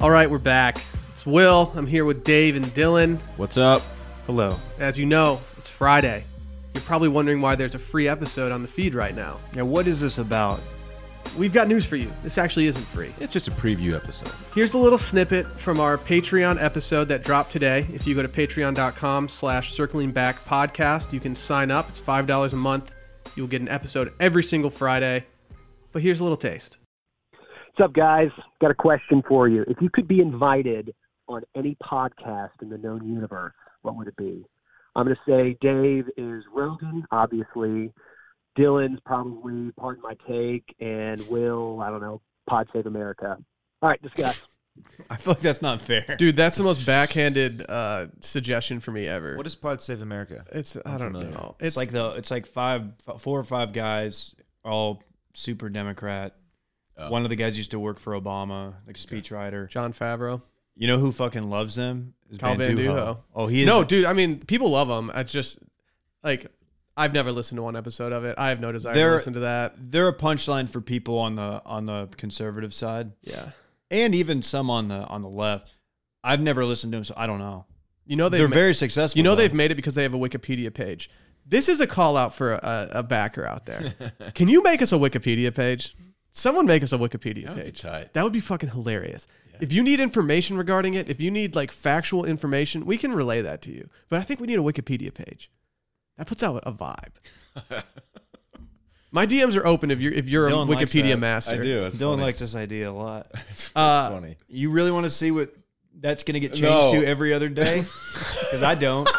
All right, we're back. It's Will. I'm here with Dave and Dylan. What's up? Hello. As you know, it's Friday. You're probably wondering why there's a free episode on the feed right now. Now, what is this about? We've got news for you. This actually isn't free. It's just a preview episode. Here's a little snippet from our Patreon episode that dropped today. If you go to patreon.com slash circling back podcast, you can sign up. It's $5 a month. You'll get an episode every single Friday. But here's a little taste. What's up, guys? Got a question for you. If you could be invited on any podcast in the known universe, what would it be? I'm going to say Dave is Rogan, obviously. Dylan's probably Pardon My Take, and Will, I don't know, Pod Save America. All right, discuss. I feel like that's not fair. Dude, that's the most backhanded uh, suggestion for me ever. What is Pod Save America? it's I I'm don't familiar. know. It's, like the it's like five, four or five guys, all super Democrat. Oh. One of the guys used to work for Obama, like a speechwriter. John Favreau. You know who fucking loves them? Is Cal Vanduho. Oh, he is. No, dude. I mean, people love them. I just like I've never listened to one episode of it. I have no desire to They're- listen to that. they're a punchline for people on the on the conservative side, Yeah, and even some on the on the left. I've never listened to them, so I don't know. you know They're they've ma- very successful. you know though. they've made it because they have a Wikipedia page. This is a call out for a, a backer out there. Can you make us a Wikipedia page? Someone make us a Wikipedia That would be page. tight. That would be fucking hilarious. If you need information regarding it, if you need like factual information, we can relay that to you. But I think we need a Wikipedia page. That puts out a vibe. My DMs are open if you're if you're Dylan a likes Wikipedia that. master. I do. It's Dylan funny. likes this idea a lot. It's Uh, funny. You really want to see what that's going to get No. changed to every other day? Because I don't.